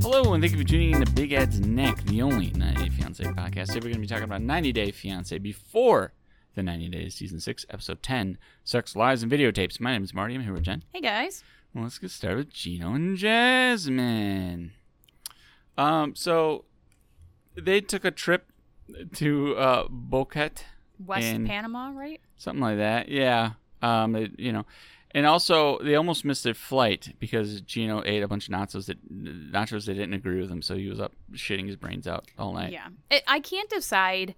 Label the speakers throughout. Speaker 1: Hello, and thank you for tuning in to Big Ed's Neck, the only 90 Day Fiance podcast. Today we're going to be talking about 90 Day Fiance before the 90 Days, Season 6, Episode 10, Sex, Lies, and Videotapes. My name is Marty. I'm here with Jen.
Speaker 2: Hey guys.
Speaker 1: Well, let's get started with Gino and Jasmine. Um, so they took a trip to uh, Boquete,
Speaker 2: West
Speaker 1: And-
Speaker 2: Panama, right?
Speaker 1: something like that. Yeah. Um, they, you know, and also they almost missed their flight because Gino ate a bunch of nachos that nachos that didn't agree with him, so he was up shitting his brains out all night.
Speaker 2: Yeah. It, I can't decide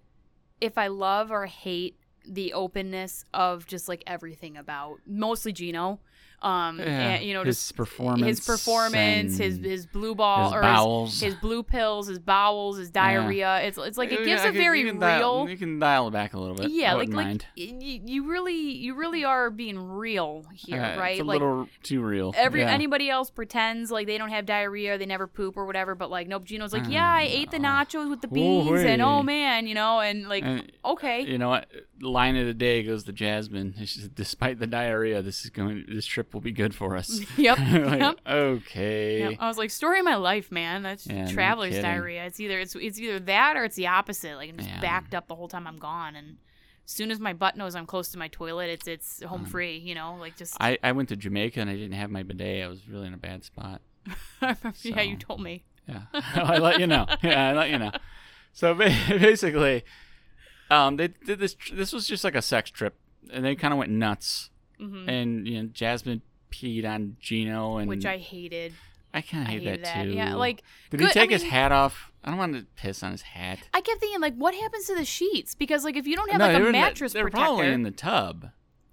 Speaker 2: if I love or hate the openness of just like everything about mostly Gino. Um,
Speaker 1: Yeah,
Speaker 2: and, you know,
Speaker 1: his
Speaker 2: just
Speaker 1: performance,
Speaker 2: his performance, his
Speaker 1: and
Speaker 2: his blue ball
Speaker 1: his
Speaker 2: or
Speaker 1: bowels.
Speaker 2: His, blue pills, his bowels, his diarrhea. It's it's like it gives
Speaker 1: I
Speaker 2: a
Speaker 1: could-
Speaker 2: very
Speaker 1: you
Speaker 2: real.
Speaker 1: can Dial, you can dial it back a little bit.
Speaker 2: yeah,
Speaker 1: I
Speaker 2: like
Speaker 1: wouldn't
Speaker 2: like
Speaker 1: mind.
Speaker 2: y- y- you really you really are being real here,
Speaker 1: Uh,
Speaker 2: right?
Speaker 1: It's a
Speaker 2: like
Speaker 1: little too real.
Speaker 2: every
Speaker 1: yeah.
Speaker 2: anybody else pretends like they don't have diarrhea, they never poop or whatever, but like nope, Gino's like, yeah, I ate the
Speaker 1: Oh.
Speaker 2: nachos with the beans,
Speaker 1: Ooh-wee.
Speaker 2: and oh man, you know, and like
Speaker 1: And-
Speaker 2: okay,
Speaker 1: You know what? Line of the day goes to Jasmine. She said, Despite the diarrhea, this is going. This trip will be good for us.
Speaker 2: yep,
Speaker 1: Like,
Speaker 2: yep.
Speaker 1: Okay.
Speaker 2: Yep. I was like, story of my life, man. That's
Speaker 1: Yeah, no
Speaker 2: traveler's
Speaker 1: kidding.
Speaker 2: diarrhea. It's either it's it's either that or it's the opposite. Like I'm just
Speaker 1: Yeah.
Speaker 2: backed up the whole time I'm gone, and as soon as my butt knows I'm close to my toilet, it's it's home
Speaker 1: Um,
Speaker 2: free. You know, like just
Speaker 1: I, I went to Jamaica and I didn't have my bidet. I was really in a bad spot.
Speaker 2: yeah, you
Speaker 1: so-
Speaker 2: told me.
Speaker 1: Yeah, I let you know. Yeah, I let you know. So ba- basically, um, they did this. tr- This was just like a sex trip, and they kind of went nuts.
Speaker 2: hmm
Speaker 1: And you know, Jasmine peed on Gino, and
Speaker 2: Which I hated.
Speaker 1: I kind
Speaker 2: I,
Speaker 1: of hate
Speaker 2: hated that.
Speaker 1: too.
Speaker 2: Yeah, like
Speaker 1: did he
Speaker 2: good- I
Speaker 1: take his
Speaker 2: mean-
Speaker 1: hat off? I don't want to piss on his hat.
Speaker 2: I kept thinking, like, what happens to the sheets? Because, like, if you don't have
Speaker 1: no,
Speaker 2: like
Speaker 1: they were
Speaker 2: a
Speaker 1: in the-
Speaker 2: mattress
Speaker 1: they were
Speaker 2: protector,
Speaker 1: probably in the tub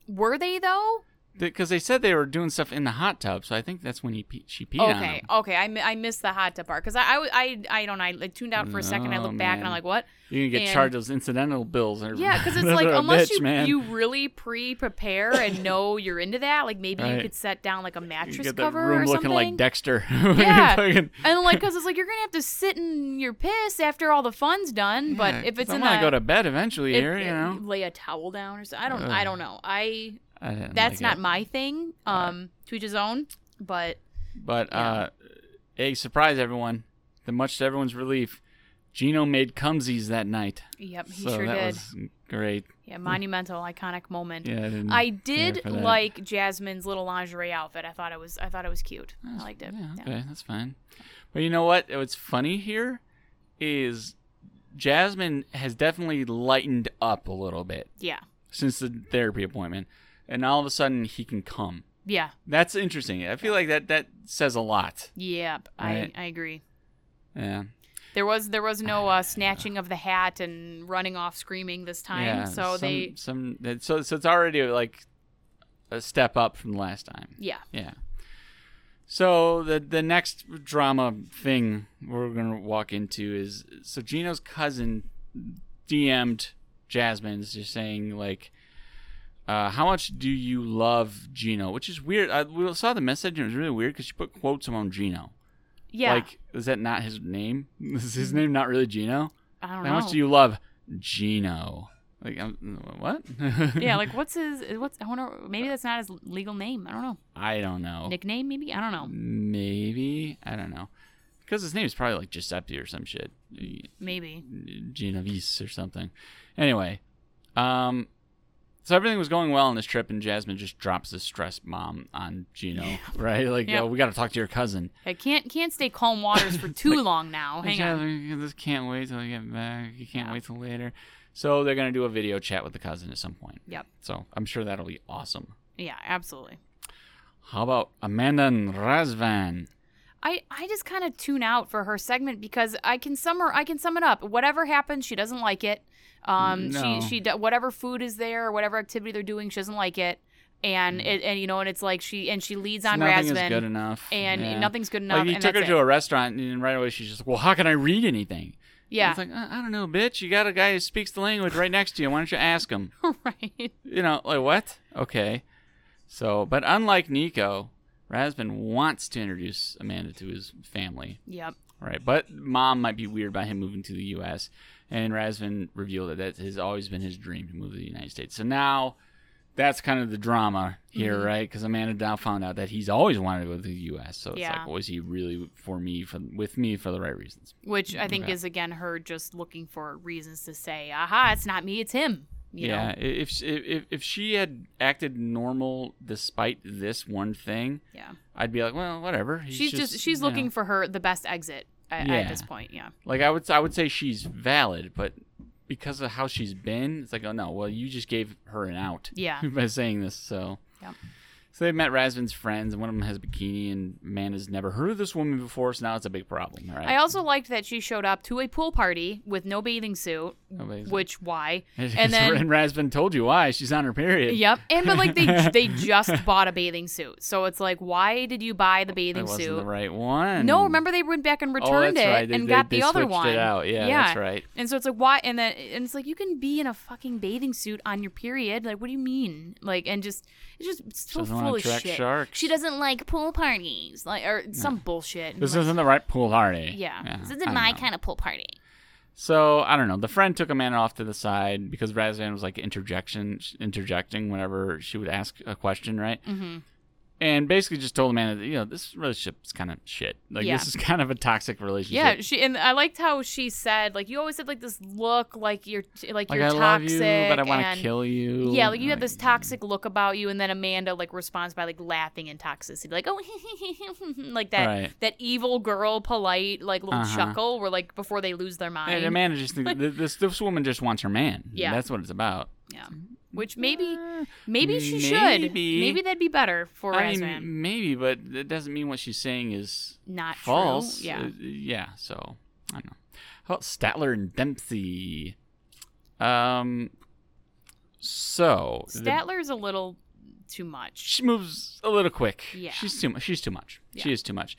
Speaker 2: were they though?
Speaker 1: because they said they were doing stuff in the hot tub. So I think that's when he pe- she peed on him.
Speaker 2: okay, okay, I, mi- I missed the hot tub part because I, I, I, I don't, know, I like tuned out for a second. I
Speaker 1: No,
Speaker 2: looked back and I'm
Speaker 1: man.
Speaker 2: like, what?
Speaker 1: You're gonna get
Speaker 2: And-
Speaker 1: charged those incidental bills. Or,
Speaker 2: Yeah, because it's
Speaker 1: those
Speaker 2: like
Speaker 1: are a
Speaker 2: unless
Speaker 1: bitch,
Speaker 2: you
Speaker 1: man.
Speaker 2: you really pre-prepare and know you're into that, like maybe you
Speaker 1: Right.
Speaker 2: could set down like a
Speaker 1: You
Speaker 2: mattress
Speaker 1: get that
Speaker 2: cover
Speaker 1: room
Speaker 2: or
Speaker 1: looking
Speaker 2: something.
Speaker 1: like Dexter.
Speaker 2: Yeah.
Speaker 1: Fucking-
Speaker 2: and like, because it's like you're gonna have to sit in your piss after all the fun's done. But
Speaker 1: Yeah,
Speaker 2: if
Speaker 1: 'cause
Speaker 2: it's
Speaker 1: I
Speaker 2: in
Speaker 1: wanna
Speaker 2: the
Speaker 1: go to bed eventually
Speaker 2: if-
Speaker 1: here,
Speaker 2: if
Speaker 1: you know.
Speaker 2: lay a towel down or something. I don't,
Speaker 1: Ugh.
Speaker 2: I don't know. I
Speaker 1: I didn't
Speaker 2: that's
Speaker 1: like
Speaker 2: not
Speaker 1: it.
Speaker 2: my thing. Um, to each his own. But
Speaker 1: But
Speaker 2: yeah.
Speaker 1: uh, hey, surprise everyone! The much to everyone's relief, Gino made cumsies that night.
Speaker 2: Yep, he
Speaker 1: so
Speaker 2: sure
Speaker 1: that
Speaker 2: did.
Speaker 1: was great.
Speaker 2: Yeah, monumental, iconic moment.
Speaker 1: Yeah, I, didn't
Speaker 2: I
Speaker 1: care
Speaker 2: did
Speaker 1: for that.
Speaker 2: like Jasmine's little lingerie outfit. I thought it was I thought it was cute. I
Speaker 1: That's-
Speaker 2: liked it.
Speaker 1: Yeah,
Speaker 2: Yeah.
Speaker 1: okay, that's fine. But you know what? What's funny here is Jasmine has definitely lightened up a little bit.
Speaker 2: Yeah.
Speaker 1: since the therapy appointment, and all of a sudden he can come.
Speaker 2: Yeah.
Speaker 1: That's interesting. I feel like that that says a lot.
Speaker 2: Yep.
Speaker 1: Right.
Speaker 2: I, I agree.
Speaker 1: Yeah.
Speaker 2: There was there was no uh, snatching of the hat and running off screaming this time.
Speaker 1: yeah.
Speaker 2: so
Speaker 1: some,
Speaker 2: they
Speaker 1: some that- so so it's already like a step up from last time.
Speaker 2: Yeah.
Speaker 1: Yeah. So the the next drama thing we're gonna walk into is so Gino's cousin DM'd Jasmine's just saying like, uh, "How much do you love Gino?" Which is weird. I we saw the message and it was really weird because she put quotes around Gino.
Speaker 2: Yeah.
Speaker 1: Like, is that not his name? Is his name not really Gino?
Speaker 2: I don't
Speaker 1: How
Speaker 2: know.
Speaker 1: much do you love Gino? Like, I'm, what?
Speaker 2: yeah, like what's his what's I wonder maybe that's not his legal name. I don't know.
Speaker 1: I don't know.
Speaker 2: Nickname maybe? I don't know.
Speaker 1: Maybe I don't know, because his name is probably like Giuseppe or some shit,
Speaker 2: Maybe.
Speaker 1: Genovese or something. Anyway, um, so everything was going well on this trip, and Jasmine just drops this stress bomb on Gino, right? Like,
Speaker 2: Yeah.
Speaker 1: yo, we got to talk to your cousin.
Speaker 2: I can't can't stay calm waters for too long now. Oh, Hang on.
Speaker 1: on. This can't wait till I get back. You can't
Speaker 2: Yeah.
Speaker 1: wait till later. So they're gonna do a video chat with the cousin at some point.
Speaker 2: Yep.
Speaker 1: So I'm sure that'll be awesome.
Speaker 2: Yeah, absolutely.
Speaker 1: How about Amanda and Razvan?
Speaker 2: I, I just kind of tune out for her segment because I can sum her I can sum it up. Whatever happens, she doesn't like it. Um,
Speaker 1: No.
Speaker 2: she she do- whatever food is there or whatever activity they're doing, she doesn't like it. And it, and you know, and it's like she and she leads on
Speaker 1: Mm. Nothing is
Speaker 2: Razvan,
Speaker 1: good enough.
Speaker 2: and
Speaker 1: Yeah.
Speaker 2: nothing's good enough.
Speaker 1: Like you
Speaker 2: and
Speaker 1: took her
Speaker 2: that's
Speaker 1: to
Speaker 2: it.
Speaker 1: a restaurant, and right away she's just like, "Well, how can I read anything?"
Speaker 2: yeah,
Speaker 1: It's like "Uh, I, I don't know, bitch. You got a guy who speaks the language right next to you. Why don't you ask him?
Speaker 2: right.
Speaker 1: You know, like what? Okay. So, but unlike Nico, Rasbin wants to introduce Amanda to his family,
Speaker 2: Yep.
Speaker 1: right? But mom might be weird by him moving to the U.S. And Rasbin revealed that that has always been his dream to move to the United States. So now that's kind of the drama here,
Speaker 2: Mhm.
Speaker 1: right? Because Amanda Dow found out that he's always wanted to go to the U.S. So it's
Speaker 2: Yeah.
Speaker 1: like, was he really for me for with me for the right reasons?
Speaker 2: which I think
Speaker 1: Okay.
Speaker 2: is again her just looking for reasons to say, "Aha, it's not me, it's him." You
Speaker 1: yeah.
Speaker 2: know?
Speaker 1: i- If, if if she had acted normal despite this one thing,
Speaker 2: Yeah.
Speaker 1: I'd be like, well, whatever. He's
Speaker 2: she's just, she's
Speaker 1: you know.
Speaker 2: looking for her the best exit at,
Speaker 1: Yeah.
Speaker 2: at this point. Yeah.
Speaker 1: Like I would I would say she's valid, but because of how she's been, it's like, oh no, well you just gave her an out
Speaker 2: Yeah.
Speaker 1: by saying this, so
Speaker 2: Yep.
Speaker 1: So they've met Rasvin's friends, and one of them has a bikini, and Amanda's never heard of this woman before, so now it's a big problem, all
Speaker 2: I
Speaker 1: right?
Speaker 2: also liked that she showed up to a pool party with no bathing suit,
Speaker 1: Nobody's-
Speaker 2: which why?
Speaker 1: and,
Speaker 2: then-
Speaker 1: Rasvin told you why she's on her period.
Speaker 2: Yep. And but like they they just bought a bathing suit, so it's like, why did you buy the
Speaker 1: That
Speaker 2: bathing
Speaker 1: wasn't
Speaker 2: suit?
Speaker 1: the right one.
Speaker 2: No, remember they went back and returned
Speaker 1: oh, that's
Speaker 2: it
Speaker 1: right. They,
Speaker 2: and
Speaker 1: they-
Speaker 2: got
Speaker 1: they
Speaker 2: the other
Speaker 1: switched
Speaker 2: one.
Speaker 1: It out. Yeah, that's right.
Speaker 2: And so it's like why and then and it's like you can be in a fucking bathing suit on your period. Like what do you mean? Like and just it's just it's so
Speaker 1: Doesn't
Speaker 2: full
Speaker 1: want
Speaker 2: of
Speaker 1: to attract
Speaker 2: shit.
Speaker 1: sharks.
Speaker 2: She doesn't like pool parties, like or some bullshit.
Speaker 1: This
Speaker 2: Like,
Speaker 1: isn't the right pool party.
Speaker 2: yeah. This
Speaker 1: I
Speaker 2: isn't
Speaker 1: don't
Speaker 2: my
Speaker 1: know.
Speaker 2: kind of pool party.
Speaker 1: So I don't know. The friend took Amanda off to the side because Razvan was like interjection, interjecting whenever she would ask a question, right?
Speaker 2: Mm-hmm.
Speaker 1: And basically just told Amanda, that, you know, this relationship is kind of shit. Like
Speaker 2: Yeah.
Speaker 1: this is kind of a toxic
Speaker 2: Yeah,
Speaker 1: relationship.
Speaker 2: she and I liked how she said like you always had like this look like you're t- like,
Speaker 1: like
Speaker 2: you're
Speaker 1: I love
Speaker 2: toxic
Speaker 1: you, but I want
Speaker 2: and-
Speaker 1: to kill you.
Speaker 2: Yeah, like you have this toxic look about you, and then Amanda like responds by like laughing in toxicity, like oh, like that
Speaker 1: Right.
Speaker 2: that evil girl, polite like little
Speaker 1: Uh-huh.
Speaker 2: chuckle, where like before they lose their mind,
Speaker 1: And Amanda just thinks th- this this woman just wants her man.
Speaker 2: Yeah.
Speaker 1: that's what it's about.
Speaker 2: which maybe
Speaker 1: Uh,
Speaker 2: maybe she should,
Speaker 1: Maybe.
Speaker 2: maybe that'd be better for
Speaker 1: I
Speaker 2: Razvan.
Speaker 1: mean, maybe, but it doesn't mean what she's saying is
Speaker 2: Not
Speaker 1: false.
Speaker 2: true, yeah.
Speaker 1: Uh, yeah. So I don't know. How about Statler and Dempsey? Um. So the-
Speaker 2: Statler's a little too much.
Speaker 1: she moves a little quick.
Speaker 2: Yeah.
Speaker 1: She's too much. She's too much. She
Speaker 2: Yeah.
Speaker 1: is too much.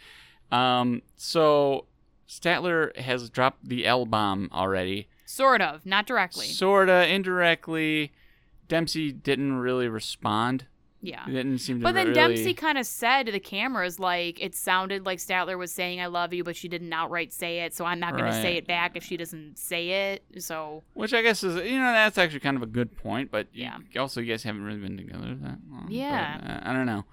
Speaker 1: Um. So Statler has dropped the L bomb already,
Speaker 2: Sort of, not directly.
Speaker 1: sorta indirectly. Dempsey didn't really respond.
Speaker 2: yeah.
Speaker 1: Didn't seem to.
Speaker 2: But then
Speaker 1: really...
Speaker 2: Dempsey kind of said to the cameras, like, it sounded like Statler was saying, I love you, but she didn't outright say it, so I'm not going to
Speaker 1: Right.
Speaker 2: say it back if she doesn't say it. So,
Speaker 1: Which I guess is you know that's actually kind of a good point, but you-
Speaker 2: Yeah.
Speaker 1: also you guys haven't really been together that long. but,
Speaker 2: Yeah.
Speaker 1: uh, I don't know.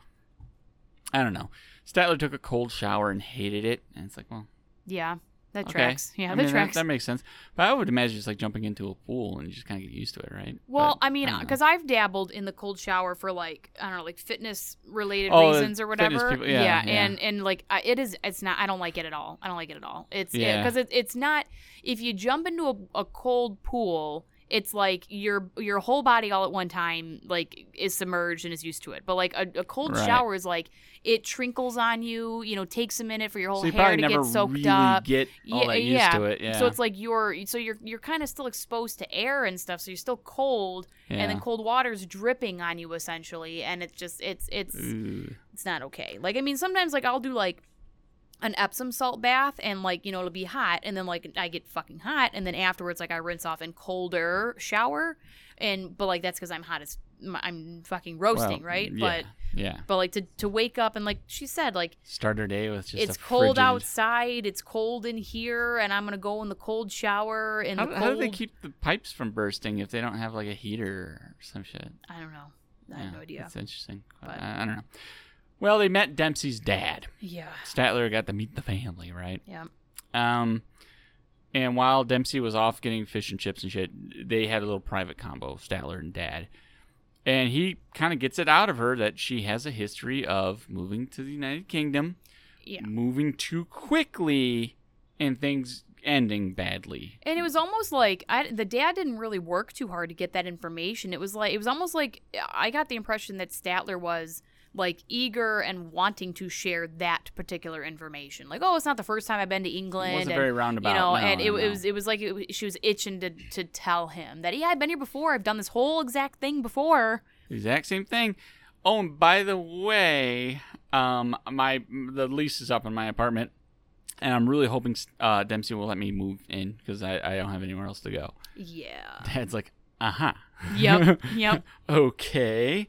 Speaker 1: I don't know. Statler took a cold shower and hated it, and it's like, well,
Speaker 2: yeah, that
Speaker 1: okay.
Speaker 2: tracks. Yeah,
Speaker 1: I
Speaker 2: that
Speaker 1: mean,
Speaker 2: tracks.
Speaker 1: That, makes sense. But I would imagine it's like jumping into a pool and you just kind of get used to it, right?
Speaker 2: well,
Speaker 1: But
Speaker 2: I mean,
Speaker 1: don't know.
Speaker 2: because I've dabbled in the cold shower for like I don't know, like fitness related
Speaker 1: Oh, the
Speaker 2: reasons or
Speaker 1: fitness
Speaker 2: whatever.
Speaker 1: people- yeah, yeah.
Speaker 2: and and like I, it is, it's not. I don't like it at all. I don't like it at all. It's
Speaker 1: Yeah.
Speaker 2: because it, it's not. If you jump into a, a cold pool, it's like your your whole body all at one time like is submerged and is used to it. But like a, a cold
Speaker 1: Right.
Speaker 2: shower is like it trinkles on you. You know, takes a minute for your whole
Speaker 1: so you
Speaker 2: hair
Speaker 1: probably
Speaker 2: to
Speaker 1: never
Speaker 2: get soaked
Speaker 1: really
Speaker 2: up.
Speaker 1: get all
Speaker 2: Yeah,
Speaker 1: that used
Speaker 2: yeah.
Speaker 1: to it. Yeah.
Speaker 2: So it's like you're so you're you're kind of still exposed to air and stuff, so you're still cold,
Speaker 1: yeah.
Speaker 2: and then cold water's dripping on you essentially, and it's just it's it's
Speaker 1: Ooh.
Speaker 2: it's not okay. Like I mean, sometimes like I'll do like an Epsom salt bath, and like you know it'll be hot, and then like I get fucking hot, and then afterwards like I rinse off in colder shower, and but like that's because I'm hot as I'm fucking roasting,
Speaker 1: Well,
Speaker 2: right?
Speaker 1: Yeah,
Speaker 2: But
Speaker 1: yeah,
Speaker 2: but like to to wake up and like she said like
Speaker 1: start her day with just
Speaker 2: it's
Speaker 1: a
Speaker 2: cold
Speaker 1: frigid-
Speaker 2: outside. It's cold in here, and I'm gonna go in the cold shower. And
Speaker 1: How,
Speaker 2: the cold,
Speaker 1: how do they keep the pipes from bursting if they don't have like a heater or some shit?
Speaker 2: I don't know. I have no idea.
Speaker 1: It's interesting.
Speaker 2: But-
Speaker 1: I, I don't know. Well, they met Dempsey's dad.
Speaker 2: Yeah.
Speaker 1: Statler got to meet the family, right?
Speaker 2: Yeah.
Speaker 1: Um, and while Dempsey was off getting fish and chips and shit, they had a little private combo, Statler and dad. And he kind of gets it out of her that she has a history of moving to the United Kingdom,
Speaker 2: Yeah.
Speaker 1: moving too quickly, and things ending badly.
Speaker 2: And it was almost like I, the dad didn't really work too hard to get that information. It was like it was almost like I got the impression that Statler was like eager and wanting to share that particular information. Like, oh, it's not the first time I've been to England.
Speaker 1: it wasn't
Speaker 2: and-
Speaker 1: very roundabout.
Speaker 2: you know,
Speaker 1: no,
Speaker 2: and it,
Speaker 1: no,
Speaker 2: it
Speaker 1: no.
Speaker 2: was it was like it, wa- she was itching to, to tell him that yeah, I've been here before. I've done this whole exact thing before.
Speaker 1: Exact same thing. Oh, and by the way, um, my the lease is up in my apartment, and I'm really hoping uh, Dempsey will let me move in because I, I don't have anywhere else to go.
Speaker 2: Yeah.
Speaker 1: Dad's like, uh huh.
Speaker 2: Yep. Yep.
Speaker 1: okay.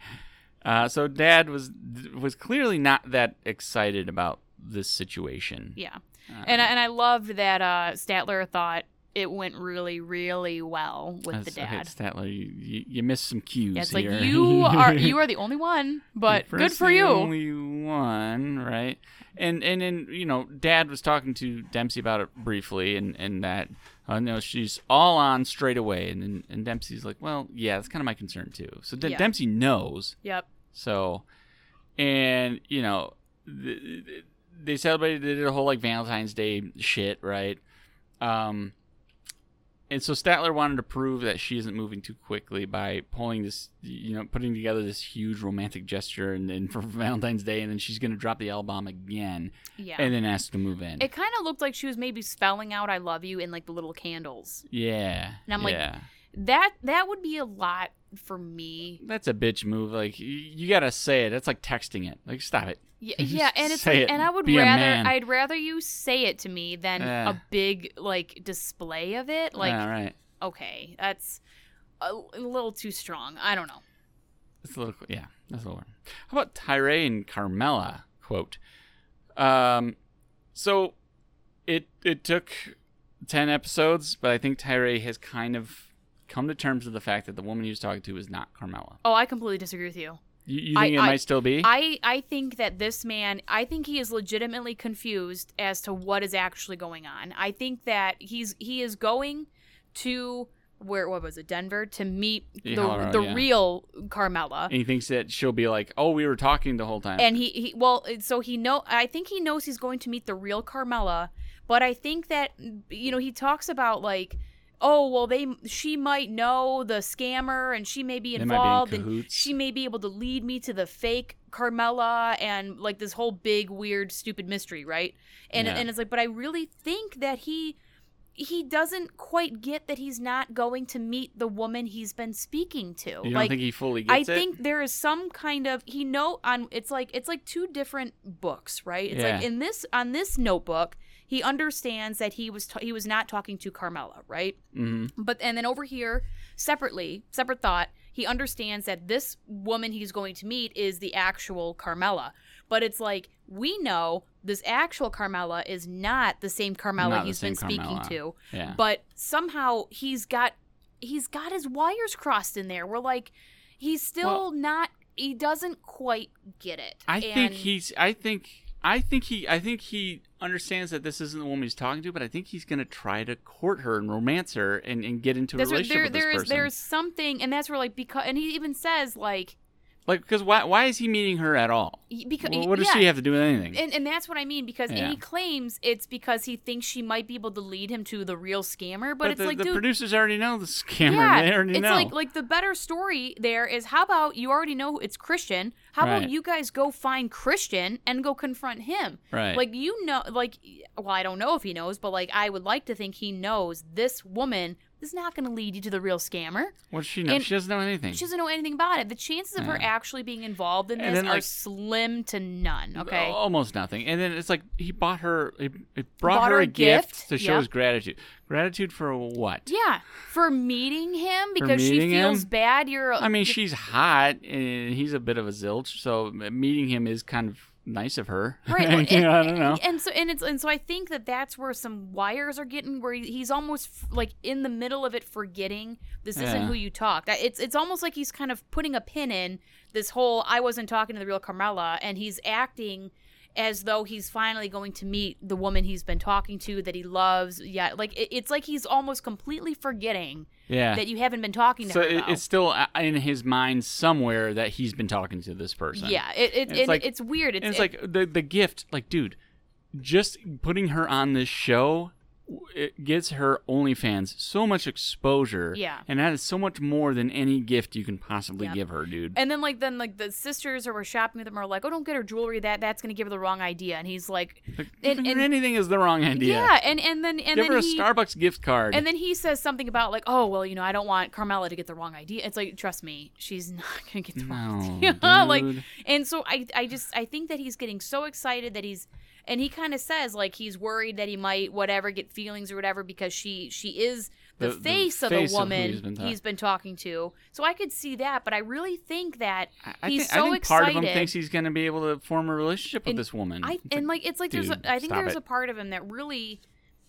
Speaker 1: Uh, so Dad was was clearly not that excited about this situation.
Speaker 2: Yeah.
Speaker 1: Uh,
Speaker 2: And I- and I loved that uh, Statler thought it went really, really well with the
Speaker 1: That's- okay,
Speaker 2: dad.
Speaker 1: Statler, you, you, you missed some cues
Speaker 2: Yeah, it's
Speaker 1: here.
Speaker 2: like you are you are the only one, but
Speaker 1: You're
Speaker 2: good
Speaker 1: first
Speaker 2: for
Speaker 1: and
Speaker 2: you.
Speaker 1: Only one, right? And and then you know, Dad was talking to Dempsey about it briefly, and and that uh, no, she's all on straight away, and then and Dempsey's like, well, yeah, that's kind of my concern too. So De-
Speaker 2: Yeah.
Speaker 1: Dempsey knows,
Speaker 2: Yep.
Speaker 1: so and you know, th- th- they celebrated they did a whole like Valentine's Day shit, right? Um. And so Statler wanted to prove that she isn't moving too quickly by pulling this, you know, putting together this huge romantic gesture, and then for Valentine's Day, and then she's going to drop the L bomb again,
Speaker 2: Yeah.
Speaker 1: and then ask to move in.
Speaker 2: it kind of looked like she was maybe spelling out "I love you" in like the little candles.
Speaker 1: yeah,
Speaker 2: And I'm like-
Speaker 1: yeah.
Speaker 2: That that would be a lot for me.
Speaker 1: that's a bitch move. Like y- you got to say it. That's like texting it. Like stop it.
Speaker 2: Yeah,
Speaker 1: Just
Speaker 2: yeah and it's
Speaker 1: say
Speaker 2: like,
Speaker 1: it.
Speaker 2: and I would
Speaker 1: Be a man.
Speaker 2: rather I'd rather you say it to me than
Speaker 1: Yeah.
Speaker 2: a big like display of it. Like,
Speaker 1: all right,
Speaker 2: okay, that's a, a little too strong. I don't know.
Speaker 1: That's a little, yeah, that's a little. Weird. How about Tyree and Carmela quote? Um, so it it took ten episodes, but I think Tyree has kind of come to terms with the fact that the woman he was talking to is not Carmela.
Speaker 2: Oh, I completely disagree with you.
Speaker 1: You, you
Speaker 2: I-
Speaker 1: think it
Speaker 2: I-
Speaker 1: might still be?
Speaker 2: I I think that this man, I think he is legitimately confused as to what is actually going on. I think that he's he is going to where what was it Denver to meet the
Speaker 1: Yeah, Colorado,
Speaker 2: the
Speaker 1: yeah.
Speaker 2: real Carmela.
Speaker 1: and he thinks that she'll be like, "Oh, we were talking the whole time."
Speaker 2: And he, he well, so he know I think he knows he's going to meet the real Carmela, but I think that you know he talks about like, oh well, they she might know the scammer and she may be
Speaker 1: They might be in
Speaker 2: involved and
Speaker 1: cahoots.
Speaker 2: she may be able to lead me to the fake Carmela and like this whole big weird stupid mystery, right? And
Speaker 1: Yeah.
Speaker 2: and it's like, but I really think that he. He doesn't quite get that he's not going to meet the woman he's been speaking to.
Speaker 1: you don't
Speaker 2: like,
Speaker 1: think he fully
Speaker 2: I
Speaker 1: gets it?
Speaker 2: think there is some kind of he know on it's like it's like two different books, right? It's like
Speaker 1: Yeah.
Speaker 2: in this on this notebook, he understands that he was ta- he was not talking to Carmela, right?
Speaker 1: hmm
Speaker 2: But and then over here, separately, separate thought, he understands that this woman he's going to meet is the actual Carmela. But it's like we know this actual Carmela is not the same Carmela
Speaker 1: Not the
Speaker 2: he's been
Speaker 1: same
Speaker 2: speaking
Speaker 1: Carmela.
Speaker 2: to
Speaker 1: Yeah.
Speaker 2: but somehow he's got he's got his wires crossed in there. We're like he's still
Speaker 1: Well-
Speaker 2: not he doesn't quite get it.
Speaker 1: I think
Speaker 2: And-
Speaker 1: he's. I think. I think he. I think he understands that this isn't the woman he's talking to, but I think he's gonna try to court her and romance her and, and get into a
Speaker 2: that's what-
Speaker 1: relationship with
Speaker 2: there,
Speaker 1: this
Speaker 2: there is
Speaker 1: person.
Speaker 2: there's something and that's where like because and he even says like
Speaker 1: Like, because why? Why is he meeting her at all?
Speaker 2: because
Speaker 1: Well, what does
Speaker 2: yeah,
Speaker 1: she have to do with anything?
Speaker 2: and, and that's what I mean because and
Speaker 1: Yeah.
Speaker 2: he claims it's because he thinks she might be able to lead him to the real scammer, but, it's
Speaker 1: the,
Speaker 2: like
Speaker 1: the
Speaker 2: dude,
Speaker 1: producers already know the scammer.
Speaker 2: Yeah,
Speaker 1: they already
Speaker 2: it's
Speaker 1: know.
Speaker 2: like like the better story there is how about you already know it's Christian. How
Speaker 1: Right.
Speaker 2: about you guys go find Christian and go confront him?
Speaker 1: Right.
Speaker 2: Like you know, like well, I don't know if he knows, but like I would like to think he knows this woman is not going to lead you to the real scammer.
Speaker 1: what does she know?
Speaker 2: and-
Speaker 1: She doesn't know anything.
Speaker 2: She doesn't know anything about it. The chances of her
Speaker 1: Yeah.
Speaker 2: actually being involved in
Speaker 1: And
Speaker 2: this
Speaker 1: then,
Speaker 2: are
Speaker 1: like-
Speaker 2: slim to none. Okay.
Speaker 1: Al- Almost nothing. And then it's like he bought her. He, he brought
Speaker 2: Bought
Speaker 1: her a gift, to show
Speaker 2: yeah.
Speaker 1: his gratitude. Gratitude for what?
Speaker 2: Yeah, for meeting him
Speaker 1: For
Speaker 2: because
Speaker 1: meeting
Speaker 2: she feels
Speaker 1: him?
Speaker 2: bad. You're.
Speaker 1: I mean, she's hot, and he's a bit of a zilch. So meeting him is kind of nice of her.
Speaker 2: Right,
Speaker 1: You
Speaker 2: and-
Speaker 1: know, I don't know.
Speaker 2: and so and it's and so I think that that's where some wires are getting where he- he's almost f- like in the middle of it forgetting this isn't
Speaker 1: Yeah.
Speaker 2: who you talk. That it's it's almost like he's kind of putting a pin in this whole I wasn't talking to the real Carmela and he's acting as though he's finally going to meet the woman he's been talking to that he loves. Yeah, like it, it's like he's almost completely forgetting
Speaker 1: Yeah.
Speaker 2: that you haven't been talking to
Speaker 1: so
Speaker 2: her.
Speaker 1: it,
Speaker 2: about.
Speaker 1: it's still uh, in his mind somewhere that he's been talking to this person.
Speaker 2: yeah, it, it,
Speaker 1: It's
Speaker 2: and
Speaker 1: like-
Speaker 2: it's weird. It's,
Speaker 1: And it's
Speaker 2: it-
Speaker 1: like the the gift, like dude, just putting her on this show, w- it gives her OnlyFans so much exposure.
Speaker 2: Yeah.
Speaker 1: and that is so much more than any gift you can possibly
Speaker 2: Yeah.
Speaker 1: give her, dude.
Speaker 2: And then like then like the sisters who were shopping with him are like, oh, don't get her jewelry. That that's gonna give her the wrong idea. And he's like,
Speaker 1: Like,
Speaker 2: and-
Speaker 1: giving her
Speaker 2: and-
Speaker 1: anything is the wrong idea.
Speaker 2: yeah. And and then and
Speaker 1: give
Speaker 2: then
Speaker 1: her a
Speaker 2: he
Speaker 1: Starbucks gift card.
Speaker 2: and then he says something about like, oh well, you know, I don't want Carmela to get the wrong idea. It's like, trust me, she's not gonna get the wrong
Speaker 1: No,
Speaker 2: idea. like,
Speaker 1: dude.
Speaker 2: and so I I just I think that he's getting so excited that he's. And he kind of says like he's worried that he might whatever get feelings or whatever because she she is the,
Speaker 1: The- the
Speaker 2: face, of
Speaker 1: face
Speaker 2: the
Speaker 1: of who
Speaker 2: woman
Speaker 1: he's been ta-
Speaker 2: he's been talking to. So I could see that, but I really think that
Speaker 1: I, I
Speaker 2: he's
Speaker 1: think, I
Speaker 2: so
Speaker 1: think part of him
Speaker 2: excited.
Speaker 1: thinks he's going to be able to form a relationship with
Speaker 2: And
Speaker 1: this woman.
Speaker 2: I
Speaker 1: It's like,
Speaker 2: and like it's like there's
Speaker 1: dude,
Speaker 2: a, I think
Speaker 1: stop
Speaker 2: there's
Speaker 1: it.
Speaker 2: a part of him that really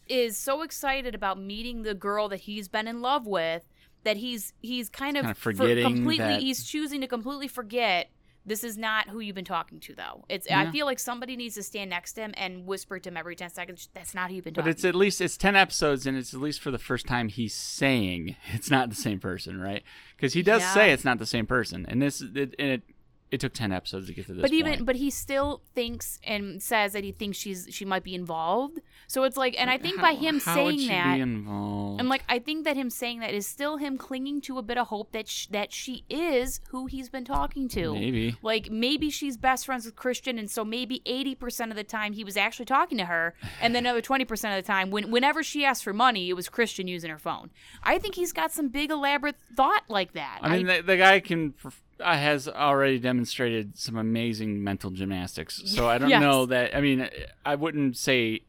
Speaker 2: is so excited about meeting the girl that he's been in love with that he's he's kind of,
Speaker 1: Kinda
Speaker 2: for-
Speaker 1: forgetting
Speaker 2: completely
Speaker 1: that-
Speaker 2: he's choosing to completely forget this is not who you've been talking to though. It's
Speaker 1: Yeah.
Speaker 2: I feel like somebody needs to stand next to him and whisper to him every 10 seconds that's not who you've been
Speaker 1: But
Speaker 2: talking
Speaker 1: it's at least it's ten episodes, and it's at least for the first time he's saying it's not the same person, right? Because he does
Speaker 2: Yeah.
Speaker 1: say it's not the same person, and this it, and it it took ten episodes to get to this.
Speaker 2: but even
Speaker 1: point.
Speaker 2: but he still thinks and says that he thinks she's she might be involved. So it's like and I think by
Speaker 1: How-
Speaker 2: him
Speaker 1: how would
Speaker 2: saying
Speaker 1: she
Speaker 2: that
Speaker 1: be involved?
Speaker 2: And like I think that him saying that is still him clinging to a bit of hope that sh- that she is who he's been talking to.
Speaker 1: maybe
Speaker 2: Like maybe she's best friends with Christian, and so maybe eighty percent of the time he was actually talking to her, and then another twenty percent of the time, when whenever she asked for money, it was Christian using her phone. I think he's got some big elaborate thought like that.
Speaker 1: I mean, the, the guy can perf- uh, has already demonstrated some amazing mental gymnastics. So I don't
Speaker 2: Yes.
Speaker 1: know that. I mean, I wouldn't say,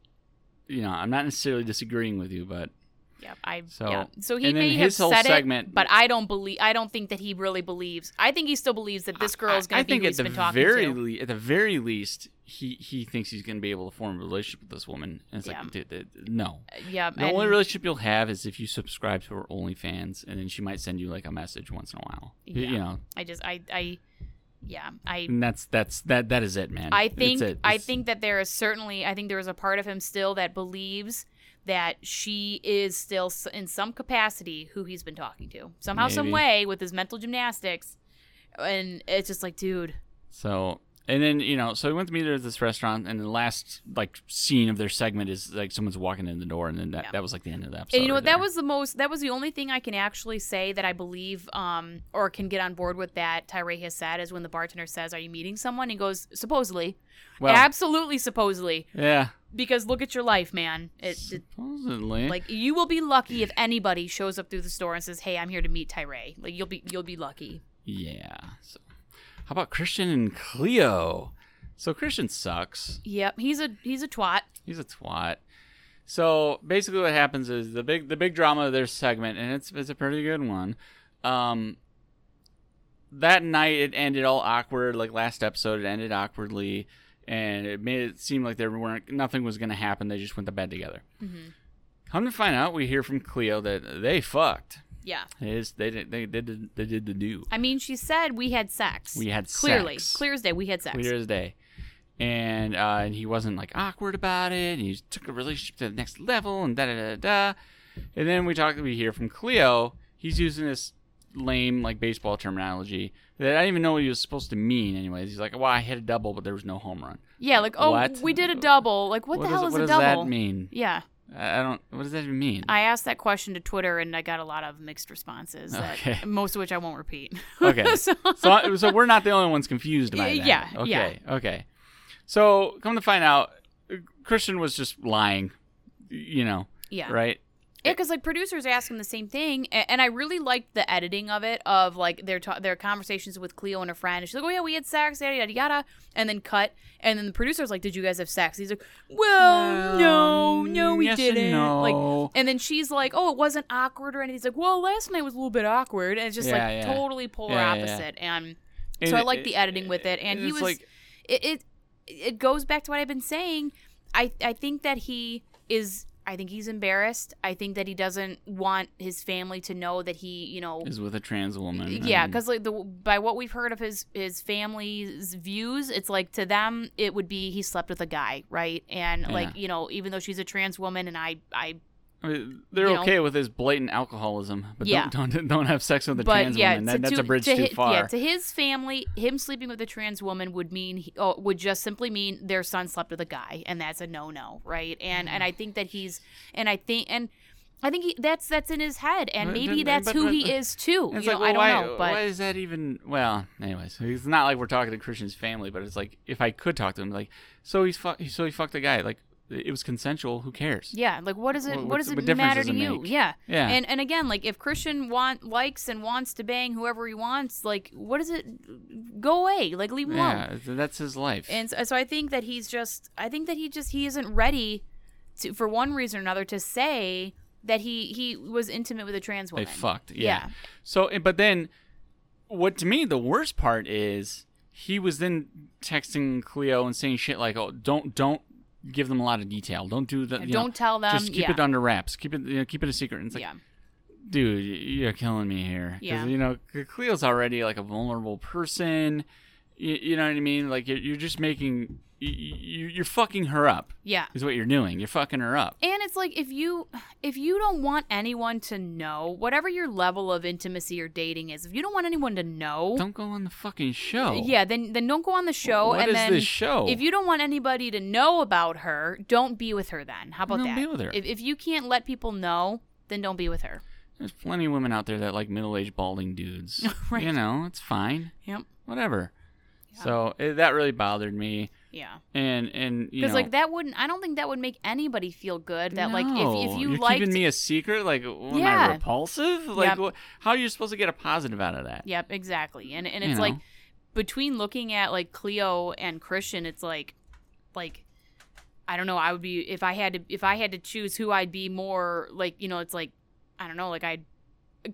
Speaker 1: you know, I'm not necessarily disagreeing with you, but
Speaker 2: Yep, I
Speaker 1: So-
Speaker 2: so, yeah. so he
Speaker 1: and then
Speaker 2: may
Speaker 1: his
Speaker 2: have
Speaker 1: whole
Speaker 2: said
Speaker 1: segment-
Speaker 2: it, but I don't believe. I don't think that he really believes. I think he still believes that this girl is
Speaker 1: I,
Speaker 2: going
Speaker 1: I
Speaker 2: to be
Speaker 1: think
Speaker 2: who
Speaker 1: at
Speaker 2: he's
Speaker 1: the
Speaker 2: been talking
Speaker 1: very
Speaker 2: to.
Speaker 1: le- at the very least, he he thinks he's going to be able to form a relationship with this woman, and it's
Speaker 2: Yeah.
Speaker 1: like, dude, that- no.
Speaker 2: Yeah,
Speaker 1: The
Speaker 2: and-
Speaker 1: only relationship you'll have is if you subscribe to her OnlyFans, and then she might send you like a message once in a while. Y-
Speaker 2: Yeah.
Speaker 1: You know,
Speaker 2: I just I I yeah, I
Speaker 1: and that's that's that that is it, man.
Speaker 2: I
Speaker 1: That's
Speaker 2: think
Speaker 1: it.
Speaker 2: I
Speaker 1: It's-
Speaker 2: think that there is certainly I think there is a part of him still that believes that she is still s- in some capacity who he's been talking to somehow some
Speaker 1: Maybe.
Speaker 2: way with his mental gymnastics and it's just like dude
Speaker 1: So and then you know, so we went to meet her at this restaurant, and the last like scene of their segment is like someone's walking in the door, and then that,
Speaker 2: Yeah.
Speaker 1: that was like the end of the episode.
Speaker 2: and you know
Speaker 1: right
Speaker 2: what
Speaker 1: there.
Speaker 2: that was the most that was the only thing I can actually say that I believe um or can get on board with that Tyree has said is when the bartender says are you meeting someone he goes supposedly
Speaker 1: well,
Speaker 2: absolutely supposedly
Speaker 1: yeah,
Speaker 2: because look at your life man it, it
Speaker 1: supposedly.
Speaker 2: Like you will be lucky if anybody shows up through the store and says, "Hey, I'm here to meet Tyree." Like you'll be you'll be lucky.
Speaker 1: yeah. So how about Christian and Cleo? So Christian sucks.
Speaker 2: Yep, he's a he's a twat.
Speaker 1: He's a twat. So basically, what happens is the big the big drama of their segment, and it's it's a pretty good one. Um, that night it ended all awkward. Like last episode, it ended awkwardly, and it made it seem like there weren't nothing was going to happen. They just went to bed together.
Speaker 2: hmm
Speaker 1: Come to find out, we hear from Cleo that they fucked.
Speaker 2: Yeah,
Speaker 1: It is they did they did they did the do.
Speaker 2: I mean, she said we had sex.
Speaker 1: We had
Speaker 2: clearly
Speaker 1: sex.
Speaker 2: clear as day. We had sex.
Speaker 1: clear as day. And uh, and he wasn't like awkward about it. And he took a relationship to the next level, and da da da da. And then we talk. We hear from Cleo. He's using this lame like baseball terminology that I didn't even know what he was supposed to mean. Anyways, he's like, "Well, I hit a double, but there was no home run."
Speaker 2: Yeah, like oh,
Speaker 1: What?
Speaker 2: we did a double. Like what, the
Speaker 1: does,
Speaker 2: hell is
Speaker 1: what
Speaker 2: a
Speaker 1: does
Speaker 2: double?
Speaker 1: that mean?
Speaker 2: Yeah,
Speaker 1: I I don't. What does that even mean?
Speaker 2: I asked that question to Twitter and I got a lot of mixed responses. that-
Speaker 1: Okay.
Speaker 2: most of which I won't repeat.
Speaker 1: Okay.
Speaker 2: So-
Speaker 1: so, so we're not the only ones confused by that.
Speaker 2: Yeah,
Speaker 1: Okay.
Speaker 2: yeah.
Speaker 1: Okay. So come to find out, Christian was just lying. You know,
Speaker 2: yeah.
Speaker 1: right?
Speaker 2: Yeah, because like producers ask him the same thing, a- and I really liked the editing of it, of like their ta- their conversations with Cleo and her friend. She's like, "Oh yeah, we had sex, yada yada yada," and then cut, and then the producer's like, "Did you guys have sex?" He's like, "Well, no, no, we
Speaker 1: yes and
Speaker 2: didn't." Like,
Speaker 1: no.
Speaker 2: and then she's like, "Oh, it wasn't awkward or anything." He's like, "Well, last night was a little bit awkward," and it's just
Speaker 1: Yeah,
Speaker 2: like
Speaker 1: yeah.
Speaker 2: totally polar
Speaker 1: Yeah, yeah, yeah.
Speaker 2: opposite. And
Speaker 1: And
Speaker 2: so I
Speaker 1: it-
Speaker 2: like the editing with it, and he
Speaker 1: it's
Speaker 2: was
Speaker 1: like
Speaker 2: it, it it goes back to what I've been saying. I I think that he is. I think he's embarrassed. I think that he doesn't want his family to know that he, you know,
Speaker 1: is with a trans woman.
Speaker 2: yeah,
Speaker 1: and-
Speaker 2: because like the by what we've heard of his his family's views, it's like to them it would be he slept with a guy, right? And like
Speaker 1: Yeah.
Speaker 2: you know, even though she's a trans woman, and I I
Speaker 1: I mean, they're
Speaker 2: you know.
Speaker 1: okay with his blatant alcoholism, but
Speaker 2: Yeah.
Speaker 1: don't, don't don't have sex with a
Speaker 2: but
Speaker 1: trans
Speaker 2: yeah,
Speaker 1: woman. That,
Speaker 2: to,
Speaker 1: that's
Speaker 2: to-
Speaker 1: a bridge
Speaker 2: to
Speaker 1: too
Speaker 2: hi-
Speaker 1: far.
Speaker 2: Yeah, to his family, him sleeping with a trans woman would mean he, oh, would just simply mean their son slept with a guy, and that's a no no, right? And
Speaker 1: Mm.
Speaker 2: and I think that he's and I think and I think he, that's that's in his head, and
Speaker 1: But
Speaker 2: maybe
Speaker 1: didn't-
Speaker 2: that's
Speaker 1: but-
Speaker 2: who
Speaker 1: but-
Speaker 2: he is too.
Speaker 1: And it's
Speaker 2: you know,
Speaker 1: like, well,
Speaker 2: I don't
Speaker 1: why,
Speaker 2: know, but
Speaker 1: why is that even? Well, anyways, it's not like we're talking to Christian's family, but it's like if I could talk to him, like, so he's fu- so he fucked a guy, like it was consensual. Who cares?
Speaker 2: yeah, like what does it
Speaker 1: What-
Speaker 2: what,
Speaker 1: what's-
Speaker 2: does it
Speaker 1: what difference
Speaker 2: matter
Speaker 1: does
Speaker 2: to
Speaker 1: it
Speaker 2: you?
Speaker 1: make?
Speaker 2: Yeah.
Speaker 1: Yeah.
Speaker 2: And and again, like if Christian want likes and wants to bang whoever he wants, like what is it? Go away, like leave him alone.
Speaker 1: yeah, th- that's his life.
Speaker 2: And so, so I think that he's just I think that he just he isn't ready to for one reason or another to say that he he was intimate with a trans
Speaker 1: they
Speaker 2: woman.
Speaker 1: fucked. yeah.
Speaker 2: Yeah.
Speaker 1: So, eh, but then, what to me the worst part is he was then texting Cleo and saying shit like, "Oh, don't, don't, give them a lot of detail. Don't do that. you know,
Speaker 2: Don't tell them.
Speaker 1: just keep
Speaker 2: yeah.
Speaker 1: it under wraps. Keep it you know, keep it a secret. And it's like,
Speaker 2: yeah.
Speaker 1: dude, you're killing me here. 'Cause,
Speaker 2: Yeah.
Speaker 1: You know, Cleo's already like a vulnerable person. You, you know what I mean? Like you're, you're just making you, you, you're fucking her up.
Speaker 2: Yeah.
Speaker 1: Is what you're doing. You're fucking her up.
Speaker 2: And it's like if you if you don't want anyone to know, whatever your level of intimacy or dating is, if you don't want anyone to know,
Speaker 1: Don't go on the fucking show.
Speaker 2: yeah, then then don't go on the show.
Speaker 1: What
Speaker 2: and
Speaker 1: is
Speaker 2: then
Speaker 1: this show?
Speaker 2: If you don't want anybody to know about her, don't be with her then. How about
Speaker 1: Don't
Speaker 2: that?
Speaker 1: be with her.
Speaker 2: If, if you can't let people know, then don't be with her.
Speaker 1: There's plenty of women out there that like middle-aged balding dudes.
Speaker 2: Right.
Speaker 1: You know, it's fine.
Speaker 2: Yep.
Speaker 1: Whatever.
Speaker 2: Yeah.
Speaker 1: So it, that really bothered me,
Speaker 2: Yeah.
Speaker 1: and and you
Speaker 2: Because
Speaker 1: know,
Speaker 2: like that wouldn't I don't think that would make anybody feel good that like if if you
Speaker 1: are
Speaker 2: liked
Speaker 1: keeping me a secret, like am I
Speaker 2: Yeah.
Speaker 1: repulsive? Like
Speaker 2: Yep.
Speaker 1: what, how are you supposed to get a positive out of that?
Speaker 2: Yep, exactly. And and
Speaker 1: You
Speaker 2: it's like
Speaker 1: know.
Speaker 2: between looking at like Cleo and Christian, it's like like I don't know, I would be if I had to if I had to choose who I'd be more like, you know, it's like I don't know, like I'd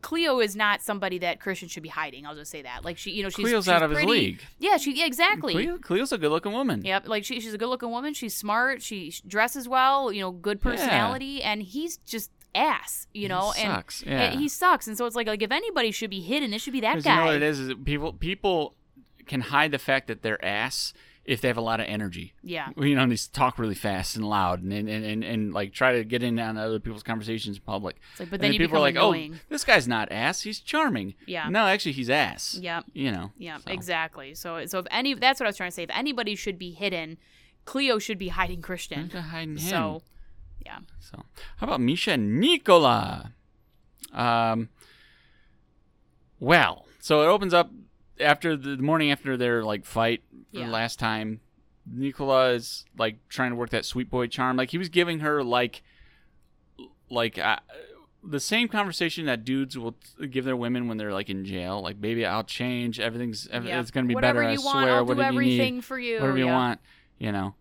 Speaker 2: Cleo is not somebody that Christian should be hiding. I'll just say that. Like she, you know, she's
Speaker 1: Cleo's
Speaker 2: she's
Speaker 1: out of his
Speaker 2: pretty-
Speaker 1: league.
Speaker 2: Yeah, she yeah, exactly.
Speaker 1: Cleo, Cleo's a good-looking woman.
Speaker 2: Yep, like she, she's a good-looking woman. She's smart. She dresses well. You know, good
Speaker 1: Yeah.
Speaker 2: personality, and he's just ass. You know,
Speaker 1: he
Speaker 2: and
Speaker 1: sucks. yeah.
Speaker 2: and he sucks. And so it's like like if anybody should be hidden, it should be that
Speaker 1: 'Cause
Speaker 2: guy.
Speaker 1: you know what it is, is that people people can hide the fact that they're ass if they have a lot of energy.
Speaker 2: Yeah,
Speaker 1: Well, you know, they s- talk really fast and loud and and, and, and, and like try to get in on other people's conversations in public.
Speaker 2: It's like, but
Speaker 1: And
Speaker 2: then you
Speaker 1: people
Speaker 2: become
Speaker 1: are like,
Speaker 2: annoying.
Speaker 1: oh, this guy's not ass. He's charming.
Speaker 2: Yeah.
Speaker 1: No, actually, he's ass.
Speaker 2: Yep.
Speaker 1: You know.
Speaker 2: Yeah,
Speaker 1: so.
Speaker 2: exactly. So so if any that's what I was trying to say. If anybody should be hidden, Cleo should be hiding Christian.
Speaker 1: They're hiding him.
Speaker 2: So yeah.
Speaker 1: So, how about Misha and Nicola? Um, well, so it opens up after the the morning after their like fight for the
Speaker 2: Yeah.
Speaker 1: last time. Nicola is like trying to work that sweet boy charm. Like he was giving her like, like uh, the same conversation that dudes will give their women when they're like in jail. Like, baby, I'll change. Everything's ev-
Speaker 2: yeah.
Speaker 1: it's gonna be
Speaker 2: whatever
Speaker 1: better.
Speaker 2: you
Speaker 1: I
Speaker 2: want,
Speaker 1: swear.
Speaker 2: I'll do
Speaker 1: whatever you need
Speaker 2: everything for you.
Speaker 1: whatever you
Speaker 2: yeah.
Speaker 1: want, you know.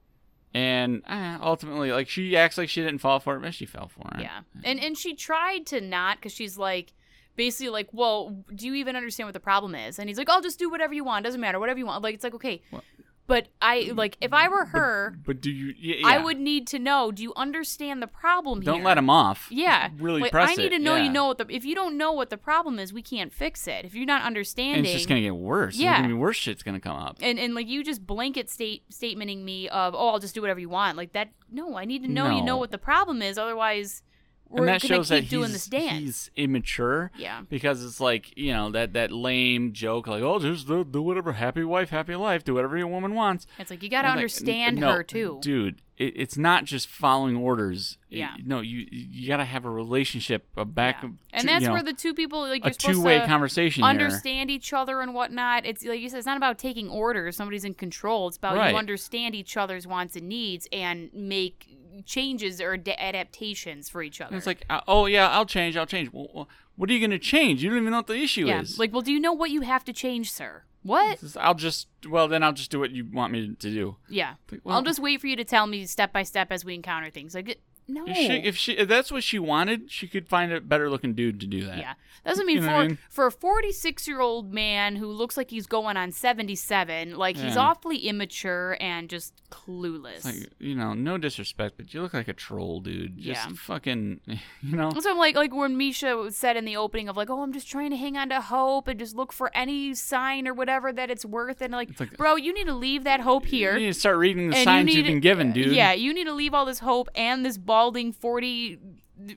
Speaker 1: And uh, ultimately, like she acts like she didn't fall for it, but she fell for it.
Speaker 2: Yeah. And and she tried to not cuz she's like basically like, "Well, do you even understand what the problem is?" And he's like, "I'll just do whatever you want. Doesn't matter. Whatever you want." Like it's like, "Okay."
Speaker 1: What?
Speaker 2: But I like if I were her,
Speaker 1: But do you? Yeah,
Speaker 2: I
Speaker 1: yeah.
Speaker 2: would need to know, "Do you understand the problem
Speaker 1: Don't
Speaker 2: here?"
Speaker 1: let him off.
Speaker 2: Yeah.
Speaker 1: Really
Speaker 2: like,
Speaker 1: press
Speaker 2: I need
Speaker 1: it,
Speaker 2: to know
Speaker 1: yeah.
Speaker 2: you know what the if you don't know what the problem is, we can't fix it. If you're not
Speaker 1: And
Speaker 2: understanding
Speaker 1: it's just gonna get worse. There's
Speaker 2: Yeah.
Speaker 1: gonna be worse shit's gonna come up.
Speaker 2: and, and like you just blanket state statementing me of oh I'll just do whatever you want like that no I need to know you
Speaker 1: No.
Speaker 2: know what the problem is otherwise we're
Speaker 1: and that
Speaker 2: gonna
Speaker 1: shows
Speaker 2: keep
Speaker 1: that
Speaker 2: doing
Speaker 1: he's,
Speaker 2: this dance
Speaker 1: he's immature.
Speaker 2: yeah
Speaker 1: Because it's like you know that that lame joke, like oh just do, do whatever, happy wife, happy life, do whatever your woman wants.
Speaker 2: it's like you got to
Speaker 1: I'm like,
Speaker 2: understand
Speaker 1: "N- no,
Speaker 2: her too
Speaker 1: dude. It, it's not just following orders. It-
Speaker 2: Yeah.
Speaker 1: no, you you gotta have a relationship, a back,
Speaker 2: Yeah.
Speaker 1: two-
Speaker 2: and that's
Speaker 1: you know,
Speaker 2: where the two people like
Speaker 1: a
Speaker 2: you're supposed
Speaker 1: two-way
Speaker 2: to
Speaker 1: conversation. here.
Speaker 2: understand each other and whatnot it's like you said it's not about taking orders somebody's in control it's about
Speaker 1: Right.
Speaker 2: you understand each other's wants and needs and make changes or da- adaptations for each other
Speaker 1: And it's like, uh, oh yeah, I'll change, I'll change. Well, well, what are you gonna change? You don't even know what the issue
Speaker 2: yeah
Speaker 1: is.
Speaker 2: like well do you know what you have to change sir what
Speaker 1: It's just, I'll just, well, then I'll just do what you want me to do.
Speaker 2: Yeah.
Speaker 1: Like, well-
Speaker 2: I'll just wait for you to tell me step by step as we encounter things. Like, it- no.
Speaker 1: If she, if she, if that's what she wanted, she could find a better looking dude to do that.
Speaker 2: yeah. Doesn't mean
Speaker 1: You know
Speaker 2: for
Speaker 1: what I mean?
Speaker 2: for a 46 year old man who looks like he's going on 77, like he's
Speaker 1: Yeah.
Speaker 2: awfully immature and just clueless.
Speaker 1: It's like, you know, no disrespect, but you look like a troll, dude. Just
Speaker 2: Yeah.
Speaker 1: fucking, you know.
Speaker 2: so I'm like, like when Misha said in the opening of like, oh, I'm just trying to hang on to hope and just look for any sign or whatever that it's worth, and like,
Speaker 1: like-
Speaker 2: bro, you need to leave that hope here.
Speaker 1: You need to start reading the
Speaker 2: And you
Speaker 1: signs
Speaker 2: need
Speaker 1: you've
Speaker 2: to-
Speaker 1: been given, dude.
Speaker 2: Yeah, you need to leave all this hope and this balding 40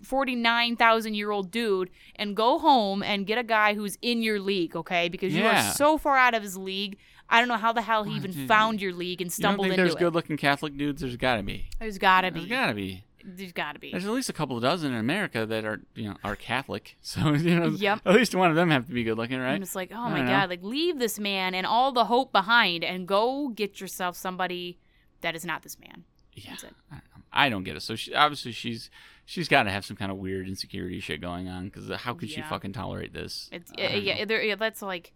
Speaker 2: 49,000 year old dude and go home and get a guy who's in your league, okay? Because you
Speaker 1: Yeah.
Speaker 2: are so far out of his league. I don't know how the hell he even
Speaker 1: dude,
Speaker 2: found your league and
Speaker 1: You don't
Speaker 2: stumbled
Speaker 1: think
Speaker 2: into
Speaker 1: there's
Speaker 2: it.
Speaker 1: good looking Catholic dudes? There's gotta be.
Speaker 2: there's gotta
Speaker 1: There's
Speaker 2: be.
Speaker 1: gotta be.
Speaker 2: There's gotta be.
Speaker 1: There's at least a couple of dozen in America that are, you know, are Catholic. So you know,
Speaker 2: Yep.
Speaker 1: at least one of them have to be good looking, right?
Speaker 2: I'm just like, oh
Speaker 1: I
Speaker 2: my
Speaker 1: don't know.
Speaker 2: god, like leave this man and all the hope behind and go get yourself somebody that is not this man.
Speaker 1: Yeah,
Speaker 2: That's it.
Speaker 1: I don't, know. I don't get it. So she, obviously she's she's got to have some kind of weird insecurity shit going on because how could she
Speaker 2: Yeah.
Speaker 1: fucking tolerate this?
Speaker 2: It's
Speaker 1: I don't
Speaker 2: yeah,
Speaker 1: know.
Speaker 2: yeah, there, yeah, that's like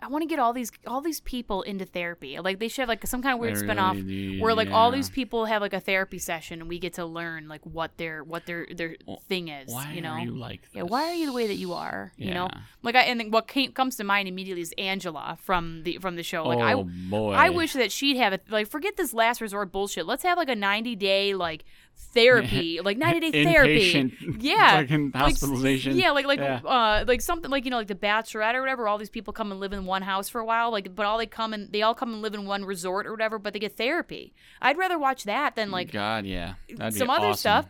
Speaker 2: I want to get all these all these people into therapy. Like they should have like some kind of weird
Speaker 1: They
Speaker 2: spinoff
Speaker 1: really do,
Speaker 2: where like all
Speaker 1: yeah.
Speaker 2: these people have like a therapy session and we get to learn like what their what their their
Speaker 1: Wh-
Speaker 2: thing is.
Speaker 1: Why
Speaker 2: you know.
Speaker 1: are you like this?
Speaker 2: yeah, why are you the way that you are? You know,
Speaker 1: Yeah.
Speaker 2: like I and then what came, comes to mind immediately is Angela from the from the show. Like I
Speaker 1: oh boy.
Speaker 2: I wish that she'd have it. Like, forget this last resort bullshit. Let's have like a 90 day like therapy, like 90 day therapy.
Speaker 1: Inpatient
Speaker 2: Yeah.
Speaker 1: fucking
Speaker 2: Like,
Speaker 1: hospitalization.
Speaker 2: yeah, like like
Speaker 1: Yeah.
Speaker 2: uh like something like you know like the Bachelorette or whatever. All these people come and live in one house for a while, like but all they come and they all come and live in one resort or whatever. But they get therapy. I'd rather watch that
Speaker 1: Mm.
Speaker 2: than like
Speaker 1: God, yeah. That'd be
Speaker 2: some other
Speaker 1: awesome.
Speaker 2: stuff.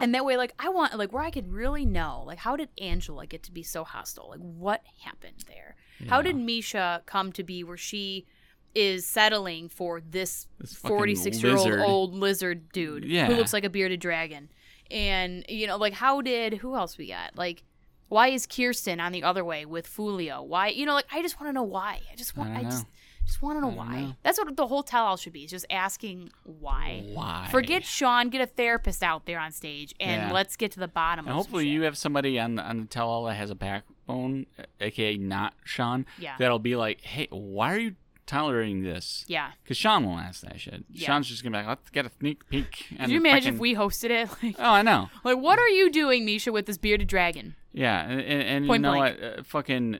Speaker 2: And that way, like I want like where I could really know like how did Angela get to be so hostile? Like what happened there? How
Speaker 1: Yeah.
Speaker 2: did Misha come to be where she is settling for this
Speaker 1: This fucking
Speaker 2: forty six year old
Speaker 1: lizard.
Speaker 2: old lizard dude
Speaker 1: Yeah.
Speaker 2: who looks like a bearded dragon? And you know, like how did who else we got? Like why is Kirsten on the other way with Fulio? Why you know, like I just want to know why. I just want
Speaker 1: I
Speaker 2: I,
Speaker 1: don't
Speaker 2: just
Speaker 1: know.
Speaker 2: just want to know
Speaker 1: I don't
Speaker 2: why.
Speaker 1: know.
Speaker 2: That's what the whole tell all should be, is just asking why.
Speaker 1: Why?
Speaker 2: Forget Sean, get a therapist out there on stage and
Speaker 1: Yeah.
Speaker 2: let's get to the bottom
Speaker 1: And
Speaker 2: of some
Speaker 1: hopefully
Speaker 2: shit.
Speaker 1: you have somebody on the, on the tell all that has a backbone, uh, aka not Sean,
Speaker 2: Yeah.
Speaker 1: that'll be like, hey, why are you tolerating this?
Speaker 2: Yeah.
Speaker 1: Because Sean won't ask that shit.
Speaker 2: Yeah.
Speaker 1: Sean's just gonna be like, let's get a sneak peek.
Speaker 2: Could you imagine if we hosted it? Like,
Speaker 1: Oh, I know.
Speaker 2: like, what are you doing, Misha, with this bearded dragon?
Speaker 1: Yeah, and, and, and you
Speaker 2: Point
Speaker 1: know
Speaker 2: blank.
Speaker 1: what? Uh, fucking,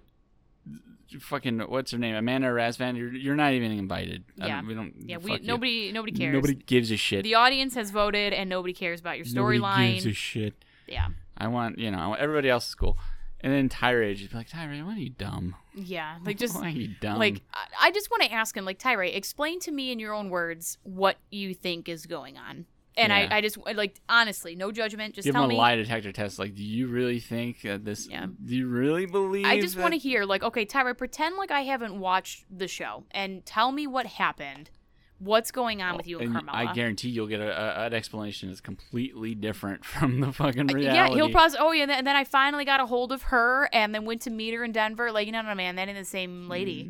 Speaker 1: fucking, what's her name? Amanda Rasvan. You're, you're not even invited. I
Speaker 2: Yeah.
Speaker 1: don't- we don't.
Speaker 2: Yeah, we
Speaker 1: fuck you.
Speaker 2: nobody nobody cares.
Speaker 1: Nobody gives a shit.
Speaker 2: The audience has voted, and nobody cares about your
Speaker 1: Nobody gives a
Speaker 2: storyline.
Speaker 1: shit.
Speaker 2: yeah,
Speaker 1: I want you know. I want everybody else is cool. And then Tyrage is like, Tyrage, why are you dumb?
Speaker 2: yeah. Like just
Speaker 1: why are you dumb?
Speaker 2: like I, I just want to ask him, like Tyree, explain to me in your own words what you think is going on. And
Speaker 1: Yeah.
Speaker 2: I, I just like honestly, no judgment. Just
Speaker 1: give
Speaker 2: tell
Speaker 1: them a
Speaker 2: me.
Speaker 1: lie detector test. Like, do you really think that this?
Speaker 2: Yeah.
Speaker 1: Do you really believe?
Speaker 2: I just want to
Speaker 1: that-
Speaker 2: hear, like, okay, Tyra, pretend like I haven't watched the show and tell me what happened. What's going on with you and, Carmela?
Speaker 1: I guarantee you'll get a, a, an explanation that's completely different from the fucking reality.
Speaker 2: yeah, he'll probably. Oh, yeah. And then, and then I finally got a hold of her, and then went to meet her in Denver. Like, no, no, man, that ain't the same lady.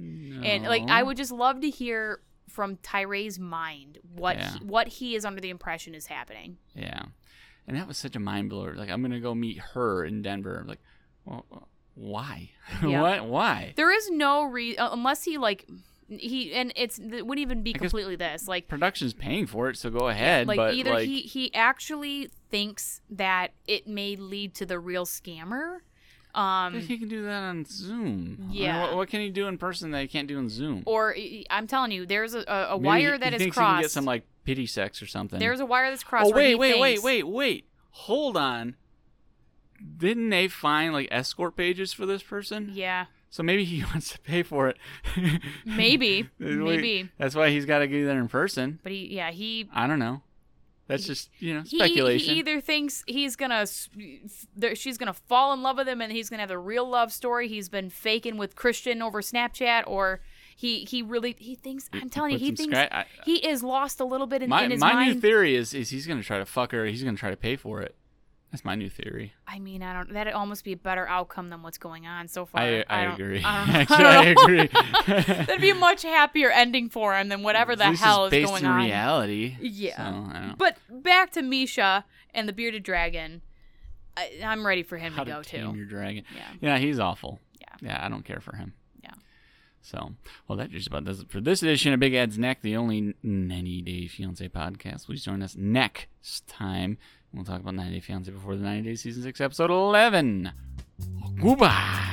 Speaker 2: And like, I
Speaker 1: No.
Speaker 2: would just love to hear from Tyree's mind what
Speaker 1: Yeah.
Speaker 2: he, what he is under the impression is happening.
Speaker 1: Yeah, and that was such a mind blower. Like, I'm gonna go meet her in Denver. Like, well, uh, why?
Speaker 2: Yeah.
Speaker 1: what? Why?
Speaker 2: There is no reason unless he like he and it's it wouldn't even be
Speaker 1: guess-
Speaker 2: completely this like
Speaker 1: Production's paying for it, so go ahead.
Speaker 2: like
Speaker 1: but
Speaker 2: either
Speaker 1: like,
Speaker 2: he he actually thinks that it may lead to the real scammer um
Speaker 1: he can do that on Zoom. I mean,
Speaker 2: Yeah.
Speaker 1: what, what can he do in person that he can't do on Zoom?
Speaker 2: or I- i'm telling you there's a, a, a
Speaker 1: Maybe
Speaker 2: wire
Speaker 1: he,
Speaker 2: that
Speaker 1: he thinks
Speaker 2: is
Speaker 1: He can
Speaker 2: crossed
Speaker 1: get some like pity sex or something.
Speaker 2: there's a wire that's crossed
Speaker 1: oh
Speaker 2: where
Speaker 1: wait,
Speaker 2: he
Speaker 1: wait, wait,
Speaker 2: thinks-
Speaker 1: wait, wait. Hold on. Didn't they find like escort pages for this person?
Speaker 2: yeah
Speaker 1: So maybe he wants to pay for it.
Speaker 2: maybe
Speaker 1: Wait,
Speaker 2: maybe
Speaker 1: That's why he's got to go there in person.
Speaker 2: but he yeah he
Speaker 1: I don't know. That's just you know
Speaker 2: he,
Speaker 1: speculation.
Speaker 2: he either thinks he's gonna s- f- there- she's gonna fall in love with him and he's gonna have the real love story he's been faking with christian over snapchat or he he really he thinks i'm telling you
Speaker 1: put
Speaker 2: he
Speaker 1: some
Speaker 2: thinks
Speaker 1: scra- I-
Speaker 2: he is lost a little bit in,
Speaker 1: my
Speaker 2: in his
Speaker 1: my
Speaker 2: mind
Speaker 1: new theory is is he's gonna try to fuck her. He's gonna try to pay for it. That's my new theory.
Speaker 2: I mean, I don't. That'd almost be a better outcome than what's going on so far.
Speaker 1: I I,
Speaker 2: don't-
Speaker 1: agree.
Speaker 2: I don't,
Speaker 1: Actually,
Speaker 2: I
Speaker 1: I
Speaker 2: don't know.
Speaker 1: agree.
Speaker 2: That'd be a much happier ending for him than whatever the
Speaker 1: At least
Speaker 2: hell
Speaker 1: it's
Speaker 2: is
Speaker 1: based
Speaker 2: going
Speaker 1: in
Speaker 2: on.
Speaker 1: reality.
Speaker 2: Yeah.
Speaker 1: So, I don't know.
Speaker 2: But back to Misha and the bearded dragon. I, I'm ready for him
Speaker 1: How
Speaker 2: to go
Speaker 1: tame
Speaker 2: too.
Speaker 1: your dragon.
Speaker 2: Yeah.
Speaker 1: Yeah, he's awful.
Speaker 2: Yeah.
Speaker 1: Yeah, I don't care for him.
Speaker 2: Yeah.
Speaker 1: So, well, that just about does it for this edition of Big Ed's Neck, the only 90 Day Fiance podcast. Please join us next time. We'll talk about 90 Day Fiance before the 90 Day Season 6, Episode 11. Goodbye.